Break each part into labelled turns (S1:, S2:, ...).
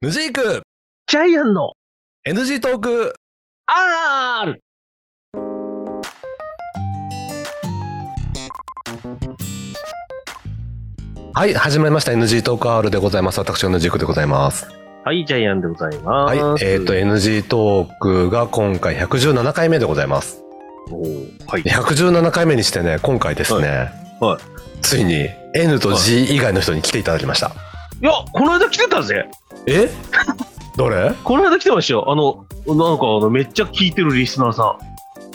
S1: ヌジーク
S2: ジャイアンの
S1: NG トーク
S2: R!
S1: はい始まりました NG トーク R でございます私はヌジークでございます
S2: はい、ジャイアンでございま
S1: はい
S2: す。
S1: えっ、と NG トークが今回117回目でございます
S2: おーはい。
S1: 117回目にしてね今回ですね
S2: はいは
S1: ついに N と G 以外の人に来ていただきました、
S2: いや、この間来てたぜ。
S1: え誰
S2: この間来てましたよ。あの、なんかあの、めっちゃ聞いてるリスナーさ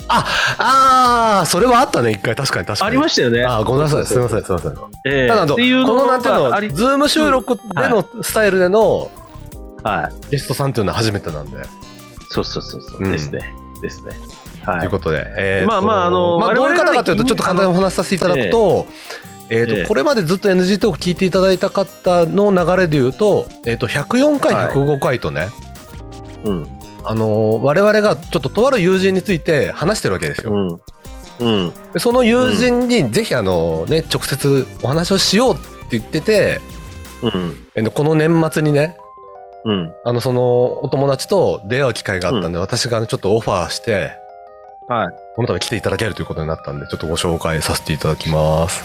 S1: ああそれはあったね一回確かに確
S2: ん。
S1: かに
S2: ありましたよね。
S1: あーごめんなさいすいませんすいません
S2: ええ
S1: ただあの
S2: っていう
S1: このな
S2: が
S1: んて
S2: あ
S1: い
S2: り
S1: うのズーム収録でのスタイルでの
S2: はい。
S1: ゲストさんっていうのは初めてなんで、
S2: そうそうそうそう、
S1: うん
S2: ですね。ですね。
S1: と
S2: は
S1: いう
S2: い。
S1: ことで、えーと
S2: まあまああの
S1: まあ、どういう
S2: 我
S1: 方
S2: 々が
S1: かというとちょっと簡単にお話しさせていただくと,、えーと
S2: ええ
S1: これまでずっと NG トーク聞いていただいた方の流れでいうと,、えー、と104回
S2: はい
S1: 105回とね、
S2: うん。
S1: あのー我々がちょっととある友人について話してるわけですよ、
S2: うん。うん。
S1: でその友人にぜひあの、ね、直接お話をしようって言ってて、
S2: うん。
S1: えーとこの年末にね
S2: うん。
S1: あのそのお友達と出会う機会があったんで、私がね、ちょっとオファーして
S2: はい。
S1: この度来ていただけるということになったんでちょっとご紹介させていただきます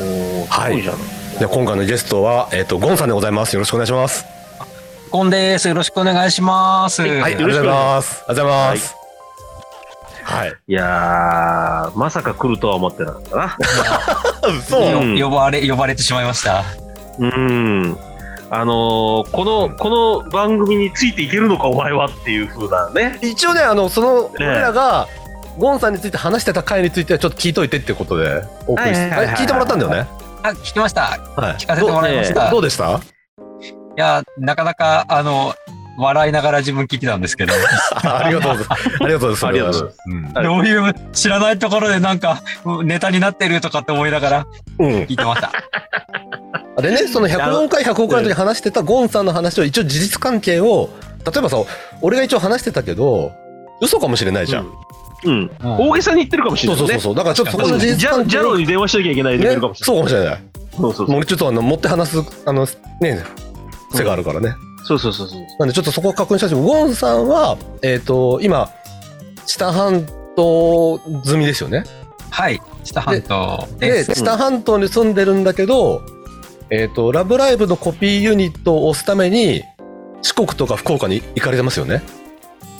S2: おー、
S1: はい
S2: すごいじゃん。
S1: で今回のゲストは、えっとゴンさんでございます。よろしくお願いします。
S3: コンです。よろしくお願いします。
S1: はい、ありが
S2: よろ
S1: とうご
S2: しく
S1: ざ
S2: お
S1: い
S2: 願
S1: ます。ありがとうございます。はい。
S2: いやー、まさか来るとは思ってなかったな。
S1: 嘘
S2: うん
S3: よ呼ばれ、呼ばれてしまいました。
S2: うん。あのーこの、この番組についていけるのか、お前はっていう風なね。
S1: 一応ね、あの、その、
S2: ええ
S1: 俺らが、ゴンさんについて話してた回についてはちょっと聞いといてってことで、お送りし
S2: はいはいはいはい
S1: 聞いてもらったんだよね。
S3: あ、聞きました。
S1: はい。
S3: 聞かせてもらいました。
S1: ど
S3: いう
S1: で した
S3: や、なかなか、あの、笑いながら自分聞いてたんですけど、
S1: あありがとうございます。ありがとうございます。
S2: ありがとうございはい
S3: どういう知らないところでなんかネタになってるとかって思いながら
S1: うんうん
S3: 聞いてました。
S1: でね、その104回、105回の時に話してたゴンさんの話を一応事実関係を、例えばさ、俺が一応話してたけど、嘘かもしれないじゃん。
S2: うん。
S3: うん
S2: 大げさに言ってるかもし
S1: そう
S2: れない、
S1: そ
S2: ね。
S1: うそうそう。だからちょっとそこの事
S2: ジ
S1: 実
S2: ャ
S1: 関係
S2: ジャロ
S1: を
S2: に電話しなきゃいけないレベ
S1: ね
S2: ルかもしれ
S1: そうかもしれない。
S2: ない。そうそうそ
S1: も
S2: う
S1: うちょっとあの持って話すあのね背があるからね。
S2: そうそうそうそう。
S1: なんでちょっとそこを確認したいんですけど、ウォンさんはえっ、と今知多半島済みですよね。
S3: はい。知多半島で
S1: で、
S3: す。
S1: 知多半島に住んでるんだけど、えっ、とラブライブのコピーユニットを押すために四国とか福岡に行かれてますよね。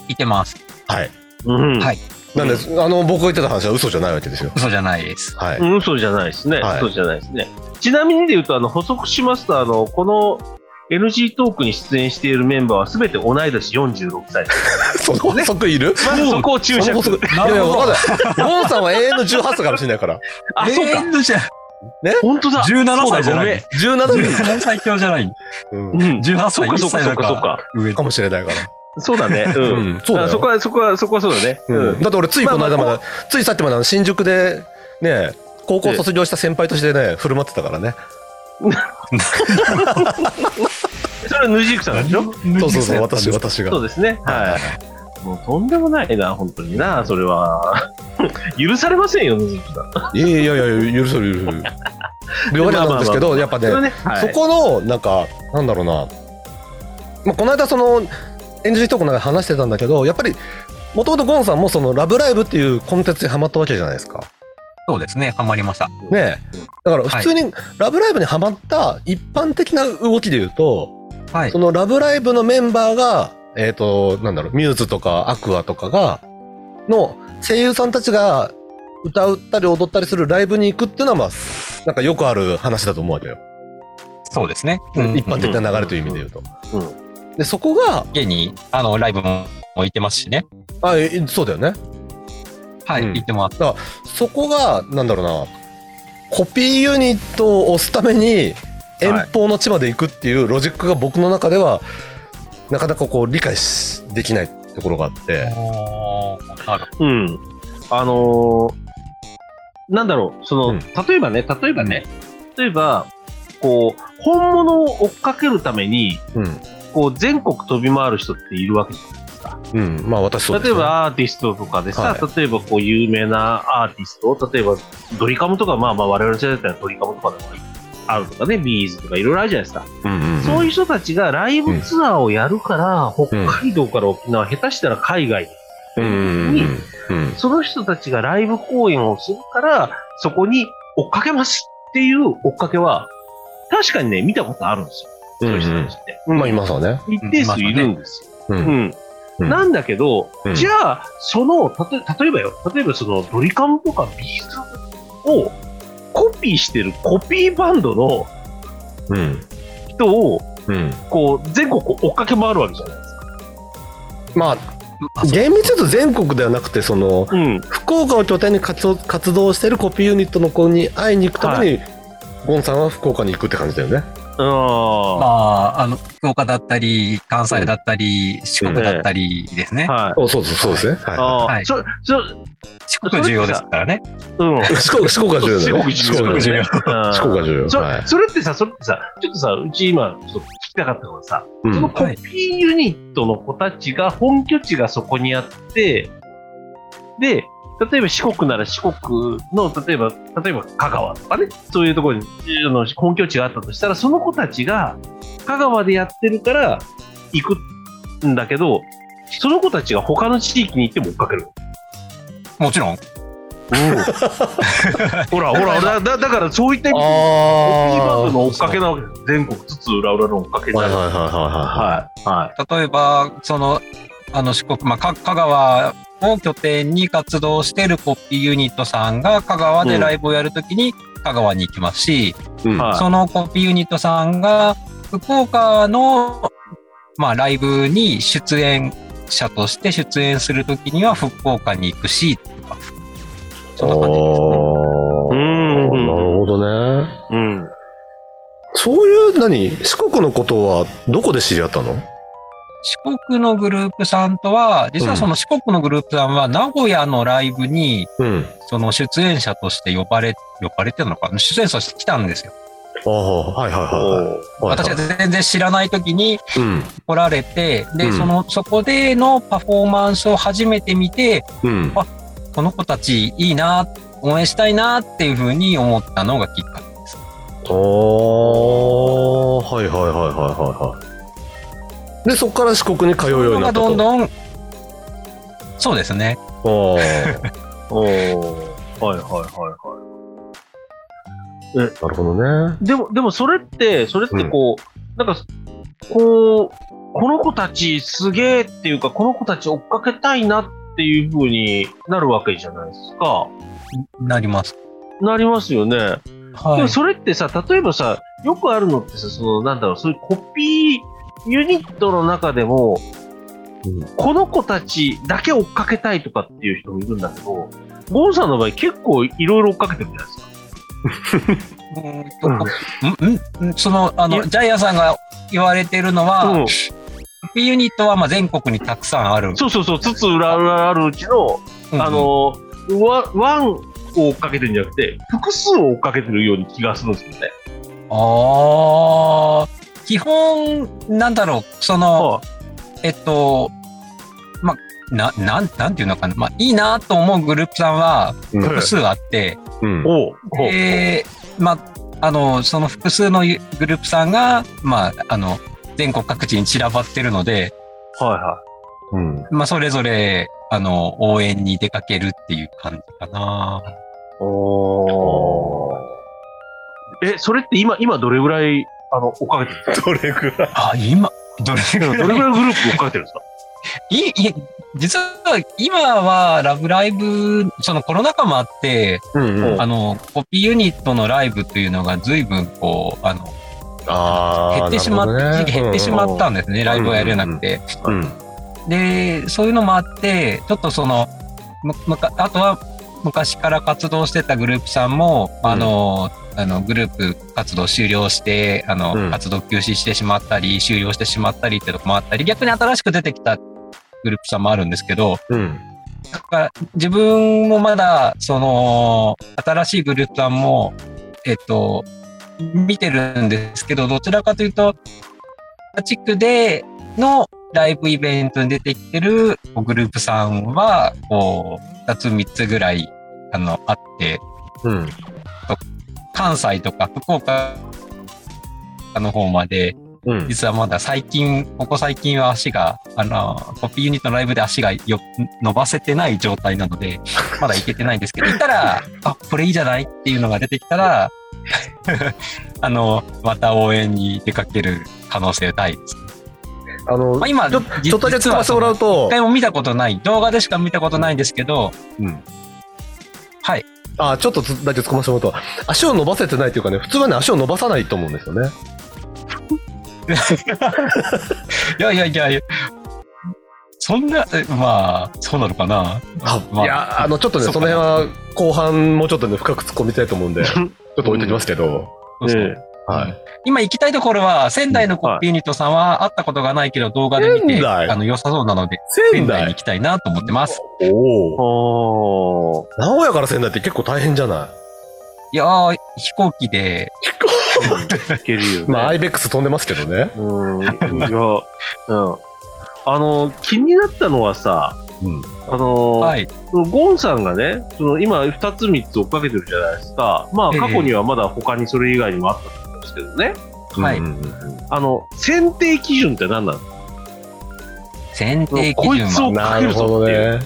S3: いてます。
S1: はい。
S2: うん。
S3: はい
S1: なんで、あの僕が言ってた話は嘘じゃないわけですよ。
S3: 嘘じゃないです。
S1: は
S2: う
S1: い。
S2: ん、嘘じゃないですね。
S1: はい
S2: 嘘じゃないですね。ちなみにで言うと、あの、補足しますと、あの、この NG トークに出演しているメンバーは全て同い年46歳です。
S1: その補足いる？
S2: まずそこを注
S1: その
S2: 釈
S1: 補足。い
S3: な
S1: やい
S3: る
S1: や
S3: ほど
S1: わかんない。ウォンさんは永遠の18歳かもしれないから。
S2: あ、そうか。
S3: か。
S2: 本当だ。
S3: 17歳じゃない。
S1: 17歳。
S3: 17歳強じゃない。
S1: うん
S2: そうだ。ごめん。うん。
S3: 18
S2: そ
S3: 歳
S2: っかそっ
S3: 1
S2: か
S3: 歳
S2: そっ
S3: だ
S2: か
S3: か
S2: そっ
S3: ら。
S2: か。
S3: 上
S1: かもしれないから。
S2: そう だね。う。
S1: うんん、そうだ
S2: あ
S1: よ。
S2: そこは、そこは、そこはそうだね。う
S1: うんん、。だって俺ついこの間まで、
S2: まあ
S1: ついさっきまであの新宿でね高校卒業した先輩としてね振る舞ってたからね
S2: それはヌジークさんでしょ
S1: そう そうそう私
S3: は。
S1: 私が
S2: そうですね。はい。もうとんでもないな、本当にな、それは。 許されませんよ、ヌジークさん。
S1: いやいやいや許せる許せる料理なんですけどやっぱ
S2: そ
S1: ね
S2: れは
S1: そ
S2: ね、はい
S1: このなんかなんだろうな、まあ、この間その NG トークの中で話してたんだけどやっぱりもともとゴンさんもその「ラブライブ!」っていうコンテンツにハマったわけじゃないですか
S3: そうですね。ハマりました。
S1: ねえだから普通に「ラブライブ!」にハマった一般的な動きで言うと、
S3: はい
S1: そ。のラブライブのメンバーが、えっ、と、なんだろう、ミューズとかアクアとかが、の声優さんたちが歌ったり踊ったりするライブに行くっていうのは、まあ、なんかよくある話だと思うわけよ。
S3: そうですね。
S1: 一般的な流れという意味で言うと。
S2: うん
S1: で、そこが、
S3: 家にあのライブも行ってますしね。
S1: あ、えそうだよね。
S3: はい、
S1: うん
S3: 行ってます。
S1: そこが、なんだろうな、コピーユニットを押すために、遠方の地まで行くっていうロジックが僕の中では、なかなかこう理解しできないところがあって。
S3: おーなる
S2: うん。あのーなんだろう、その、
S1: うん
S2: 例えばね、例えばね、例えば、こう、本物を追っかけるために、
S1: うん。
S2: こう、全国飛び回る人っているわけじゃないですか。
S1: うん。まあ私そうです、
S2: 例えばアーティストとかでさ、
S1: は
S2: 例えばこう、有名なアーティスト、例えばドリカムとか、まあまあ我々世代だったらドリカムとかでもいいあるとかね、ビーズとかいろいろあるじゃないですか。
S1: うんうんうん
S2: そういう人たちがライブツアーをやるから、北海道から沖縄、下手したら海外に
S1: うんうんうんうん
S2: その人たちがライブ公演をするから、そこに追っかけますっていう追っかけは、確かにね、見たことあるんですよ。そういう人たちって。
S1: まあいますわね。
S2: 一定数いるんです
S1: う
S2: よ。うんん。
S1: うん
S2: なんだけど、
S1: うん
S2: じゃあ、その、たと例えばよ、例えばそのドリカムとかビーズをコピーしてるコピーバンドの
S1: うん
S2: 人を、
S1: うん
S2: こう、全国追っかけ回るわけじゃないですか。
S1: まあ厳密に言うと全国ではなくてその
S2: うん。
S1: 福岡を拠点に活動活動してるコピーユニットの子に会いに行くために、ゴンさんは福岡に行くって感じだよね。
S3: ま
S2: あ
S3: あ、あの、福岡だったり、関西だったり、四国だったりですね
S2: あ。。はい。
S1: おそうそうそうですね。は
S2: ああ、
S3: はい
S2: そ、そ、
S3: 四国重要ですからね。
S2: うん。
S1: い、四国四国が重要だよね。
S2: 四
S1: 四
S2: 国
S1: 国
S2: 重
S1: が
S2: 要
S1: 重要。
S2: うん
S1: 四国が重要。
S2: そ
S1: はい。
S2: それってさ、それってさ、ちょっとさ、うち今、ちょっと聞きたかったのがさ、
S1: う
S2: その
S1: ん
S2: コピーユニットの子たちが、本拠地がそこにあって、で、例えば四国なら四国の、例えば、例えば香川とかね、そういうところにあの本拠地があったとしたら、その子たちが香川でやってるから行くんだけど、その子たちが他の地域に行っても追っかける。
S3: もちろん。
S2: ほらほら、だだだからそういった意味でコピーバンドの追っかけなわけです。全国津々浦々の追っかけに
S1: は
S2: ない
S1: はい
S2: る。
S1: はいは
S2: はい。はい。
S3: 例えばそのあの四国、まあ、か香川を拠点に活動しているコピーユニットさんが香川でライブをやるときに香川に行きますし、
S1: いはい。うん
S2: はい
S3: そのコピーユニットさんが福岡の、まあ、ライブに出演者として出演するときには福岡に行くしとかそんな感じですね。
S1: おー
S2: うんうんうん
S1: なるほどね。
S2: うん。
S1: そういう何四国のことはどこで知り合ったの？
S3: 四国のグループさんとは、実はその四国のグループさんは名古屋のライブに
S1: うん。
S3: その出演者として呼ばれ、呼ばれてるのかな出演者として来たんですよ。
S1: ああはいはいはいはい。はい
S3: 私は全然知らない時に
S1: うん
S3: 来られて、
S1: う
S3: で、
S1: ん
S3: その、そこでのパフォーマンスを初めて見て、
S1: うん。
S3: この子たちいいな、応援したいなっていうふうに思ったのがきっかけです。
S1: おーはいはいはいはいはいはいでそこから四国に通うようになったと
S3: どんどん、そうですね。
S1: おー
S2: おお。はいはいはいはい。え、
S1: なるほどね
S2: でも、でもそれって、それってこう、なんか、こう、この子たちすげえっていうか、この子たち追っかけたいなっていう風になるわけじゃないですか。
S3: なります。
S2: なりますよね。
S3: は
S2: で
S3: い
S2: も。それってさ、例えばさ、よくあるのってさ、その、なんだろう、そういうコピーユニットの中でも、
S1: うん
S2: この子たちだけ追っかけたいとかっていう人もいるんだけど、ゴンさんの場合結構いろいろ追っかけてるじゃないですか。
S3: うーんとうんうんその、あ
S2: い
S3: の、
S2: や
S3: ジャイアンさんが言われてるの
S2: うん
S3: は、P ユニットはまあ全国にたくさんある。
S2: そうそうそう、つつ裏裏あるうちの、
S3: うん
S2: あ、の、ワワンを追っかけてるんじゃなくて、複数を追っかけてるように気がするんですよね。
S3: ああ、基本、なんだろう、その、
S2: は
S3: えっと、ま、な、なん、なんていうのかな、まあ、いいなと思うグループさんは
S1: うん
S3: 複数あって、
S1: うん
S2: いおうおう
S3: で、ま、あの、その複数のゆグループさんが、まあ、あの、全国各地に散らばってるので、
S2: はいは
S1: うん
S3: まあ、それぞれ、あの、応援に出かけるっていう感じかな。
S2: い。おえ、それって今、今どれぐらい、あの、追っかけてるんですか
S1: どれぐらい
S3: あ、今、どれぐ
S2: ど
S3: ら
S2: れ
S3: い
S2: ぐらいのグループを追っかけてるんですか
S3: いい実は今は「ラブライブ!」そのコロナ禍もあって
S1: うんうん
S3: あのコピーユニットのライブというのが随分こうあの
S1: あー
S3: 減ってしまっ
S1: なるほどね
S3: 一時期減ってしまったんですね、ライブをやれなくて。
S1: うん
S3: でそういうのもあってちょっとそのむむかあとは昔から活動してたグループさんもあの、あのグループ活動終了してあの、
S1: うん
S3: 活動休止してしまったり終了してしまったりってとこもあったり逆に新しく出てきたグループさんもあるんですけど、
S1: うん
S3: だから自分もまだその新しいグループさんもえっと見てるんですけどどちらかというと地区でのライブイベントに出てきてるグループさんはこう2つ3つぐらいあのあって
S1: うん
S3: 関西とか福岡阪の方まで、
S1: うん。
S3: 実はまだ最近、ここ最近は足が、あの、コピーユニットのライブで足がよ伸ばせてない状態な ので、まだいけてないんですけど、行ったら、あ、これいいじゃないっていうのが出てきたら、 あの、また応援に出かける可能性大です。
S1: あの、
S3: まあ、今、
S1: ちょちょっとだけ
S3: 実
S1: 使わ
S3: は
S1: せてもらうと
S3: 一、回も見たことない、動画でしか見たことないんですけど、
S1: うん。
S3: はい。
S1: あ、ちょっとつだけ突っ込ませてもらうと、足を伸ばせてないというかね、普通はね、足を伸ばさないと思うんですよね。
S3: いやいやいやいや、そんな、えまあ、そうなのかな。
S1: あ、
S3: まあ
S1: いや、あの、ちょっとね、そ
S3: そっか
S1: の辺は、後半もうちょっとね、深く突っ込みたいと思うんで、ちょっと置いときますけど、
S3: そうそう
S2: え
S1: はい。
S3: 今行きたいところは、仙台のコッピーユニットさんは会ったことがないけど、動画で見
S1: 仙
S3: て、
S1: 台
S3: あの、良さそうなので、仙台に行きたいなと思ってます。
S1: おお。
S2: おー。
S1: 名古屋から仙台って結構大変じゃない
S3: やー、飛行機で、
S2: いけるよね。
S1: いまあ、アイベックス飛んでますけどね。
S2: うん。いや、うん。あの、気になったのはさ、
S1: うん。
S2: あの、
S3: はい。
S2: そのゴンさんがね、その今2つ3つ追っかけてるじゃないですか。まあ
S3: ええ
S2: 過去にはまだ他にそれ以外にもあったと思うんですけどね。
S3: はい
S1: うんうんうん
S2: あの、選定基準って何なの
S3: 選定基
S2: こい
S3: 準
S2: つ
S3: は
S2: を。
S1: なるほどね。はいはいはい。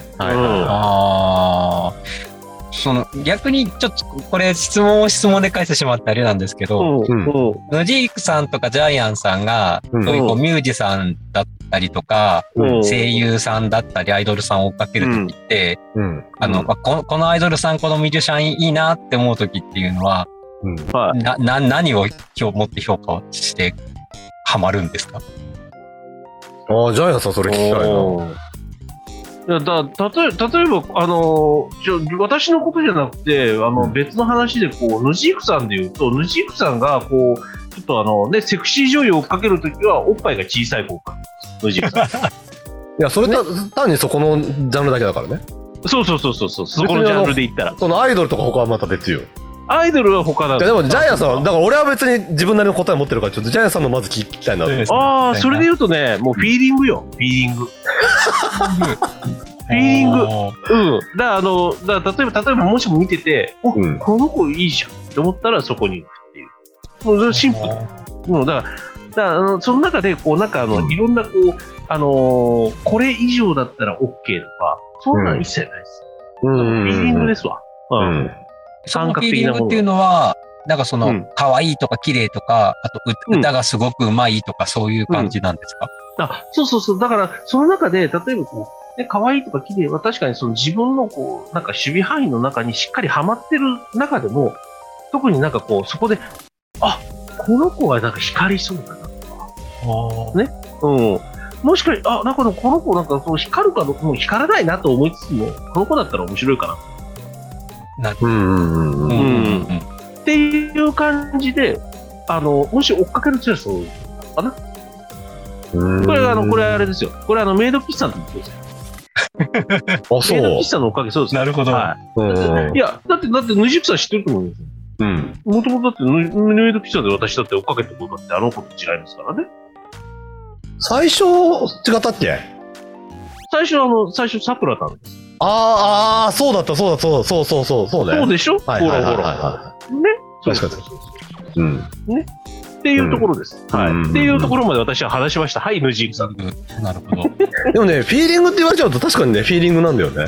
S3: あーその、逆に、ちょっと、これ、質問を質問で返してしまってあれなんですけど、
S2: うんん。
S3: ノジークさんとかジャイアンさんが、
S1: うん
S3: そういうこうミュージシャンだったりとか、
S2: うん
S3: 声優さんだったり、アイドルさんを追っかけるときって、
S1: うん。
S3: あの、
S2: うん
S3: まあこの、このアイドルさん、このミュージシャンいいなって思うときっていうのは、
S1: うん。
S2: はい。
S3: な、な、何を今日持って評価をして、ハマる んですか
S1: ああ、ジャイアンさんそれ聞きたいな。
S2: おーいやだ例え例えば、あのちょ私のことじゃなくてあの、
S1: うん
S2: 別の話でこうヌジークさんで言うとヌジークさんがこうちょっとあの、ね、セクシー女優を追っかけるときはおっぱいが小さい方かヌジーク さん
S1: いや、それた、単にそこのジャンルだけだからね。
S2: そうそうそうそうそうそこのジャンルで言ったら
S1: そのアイドルとか他はまた別よ。い
S2: アイドルは他だ
S1: や、でもジャイアンさんは、
S2: あ
S1: だから俺は別に自分なりの答え持ってるから、ちょっとジャイアンさんのまず聞きたいな。
S3: そう
S1: う
S3: ですね
S2: あーそれで言うとねもうフィーリングよフィーリングィーリング
S3: おー
S2: うんだからあのだから例えば例えばもしも見ててお
S1: ん。
S2: この子いいじゃんって思ったらそこに行くっていうもうそれシンプルもうだから、だからあのその中で、こう、なんかあの、
S1: うん
S2: いろんな、こう、あのーこれ以上だったら OK とか、そんなん一切ないです。
S1: うん
S2: フ
S1: うん
S2: ィーリングですわ。う
S1: うんん。
S3: その
S2: 感
S3: フ
S2: 覚
S3: ィー
S2: 的
S3: リン
S2: なもの
S3: グっていうのは、なんかその、
S2: うん
S3: 可愛いとか綺麗とか、あと
S2: う
S3: 歌
S2: ん
S3: 歌がすごくうまいとか、そういう感じなんですか、
S2: あそうそうそう。だから、その中で、例えばこう、ね、可愛いとか綺麗は確かにその自分のこう、なんか守備範囲の中にしっかりはまってる中でも、特になんかこう、そこで、あ、この子はなんか光りそうだな。ねうん。もしかし、あ、なんかでもこの子なんかその光るかどうか、もう光らないなと思いつつも、この子だったら面白いかな
S1: うんうんうん
S3: う
S1: うんん。
S3: うんうん
S2: っていう感じで、あの、もし追っかけるチャンスを、
S1: うん
S2: これ、あの、これあれですよ。これ、あの、メイド喫茶の時ですよ
S1: あ、そ
S2: メイド
S1: う
S2: 喫。茶のおかげ、そうです。
S3: なるほど。
S2: は
S1: うん
S2: い。いや、だって、だって、ヌジクさん知ってると思うんですよ。
S1: うん。
S2: もともとだってヌ、メイド喫茶で私だって追っかけたことだって、あの子と違いますからね。
S1: 最初、違ったっけ
S2: 最初、あの、最初、さくらさんです。
S1: あーあー、そうだった、そうだ、そうだ、そうそうそう、そうね。
S2: そうでしょほら
S1: はい
S2: ほ
S1: はいはいはい
S2: ら。
S1: は
S2: ね
S1: 確かに
S2: そうそうそう
S1: い。うん。
S2: っていうところです。
S1: うん
S2: は
S1: うん
S2: い。っていうところまで私は話しました。はい、ヌジクさん。
S3: うんなるほど。
S1: でもね、フィーリングって言われちゃうと確かにね、フィーリングなんだよね。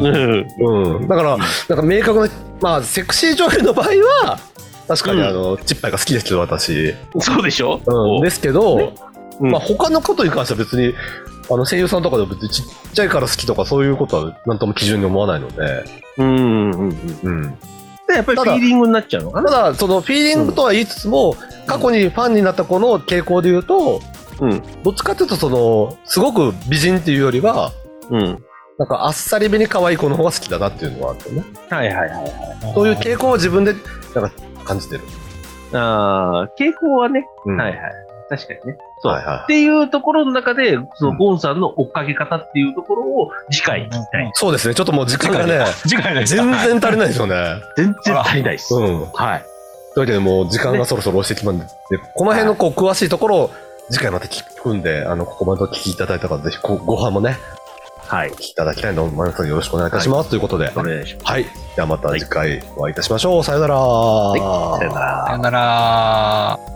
S3: うん
S2: うん。
S1: うん。だから、なんか明確な、まあ、セクシー女優の場合は、確かにあの、チッパイが好きですけど、私。
S2: そうでしょ
S1: うん。ですけど、
S2: うん
S1: まあ、他のことに関しては別に、あの、声優さんとかでも別にちっちゃいから好きとかそういうことは何とも基準に思わないので、
S2: うんうんうん。
S1: うん。
S2: で、やっぱり
S1: た
S2: フ
S1: だ
S2: ィーリングになっちゃうのか
S1: た
S2: な
S1: だ、そのフィーリングとは言いつつも、過去にファンになった子の傾向で言うと、
S2: うん。
S1: どっちかっていうと、その、すごく美人っていうよりは、
S2: うん。
S1: なんかあっさりめに可愛い子の方が好きだなっていうのはあってね。
S2: はいはいはい。
S1: そういう傾向を自分で、なんか感じてる。
S2: ああ、傾向はね、
S1: うん
S2: はいはい。確かにね。そう。
S1: はいはい
S2: っていうところの中で、そ
S1: うん
S2: のゴンさんの追っかけ方っていうところを次回聞きたい。
S1: そうですね。ちょっともう時間が
S3: 次
S1: ね、
S3: 次回です
S1: 全然
S3: かはい
S1: 足りないですよね。
S2: 全然足りないです。
S1: う
S2: はい。
S1: ん。というわけでもう時間がそろそろ押してきまんで、この辺のこう詳しいところを次回また聞くんで、あの、ここまでお聞きいただいた方、ぜひごご飯もね、
S2: はい
S1: お聞。きいただきたいので、皆さんよろしくお願いいたします、ということで。
S2: お願いしま
S1: はい。ではまた次回お会いいたしましょう。さよなら。
S2: す。さよなら
S3: さよ。なら。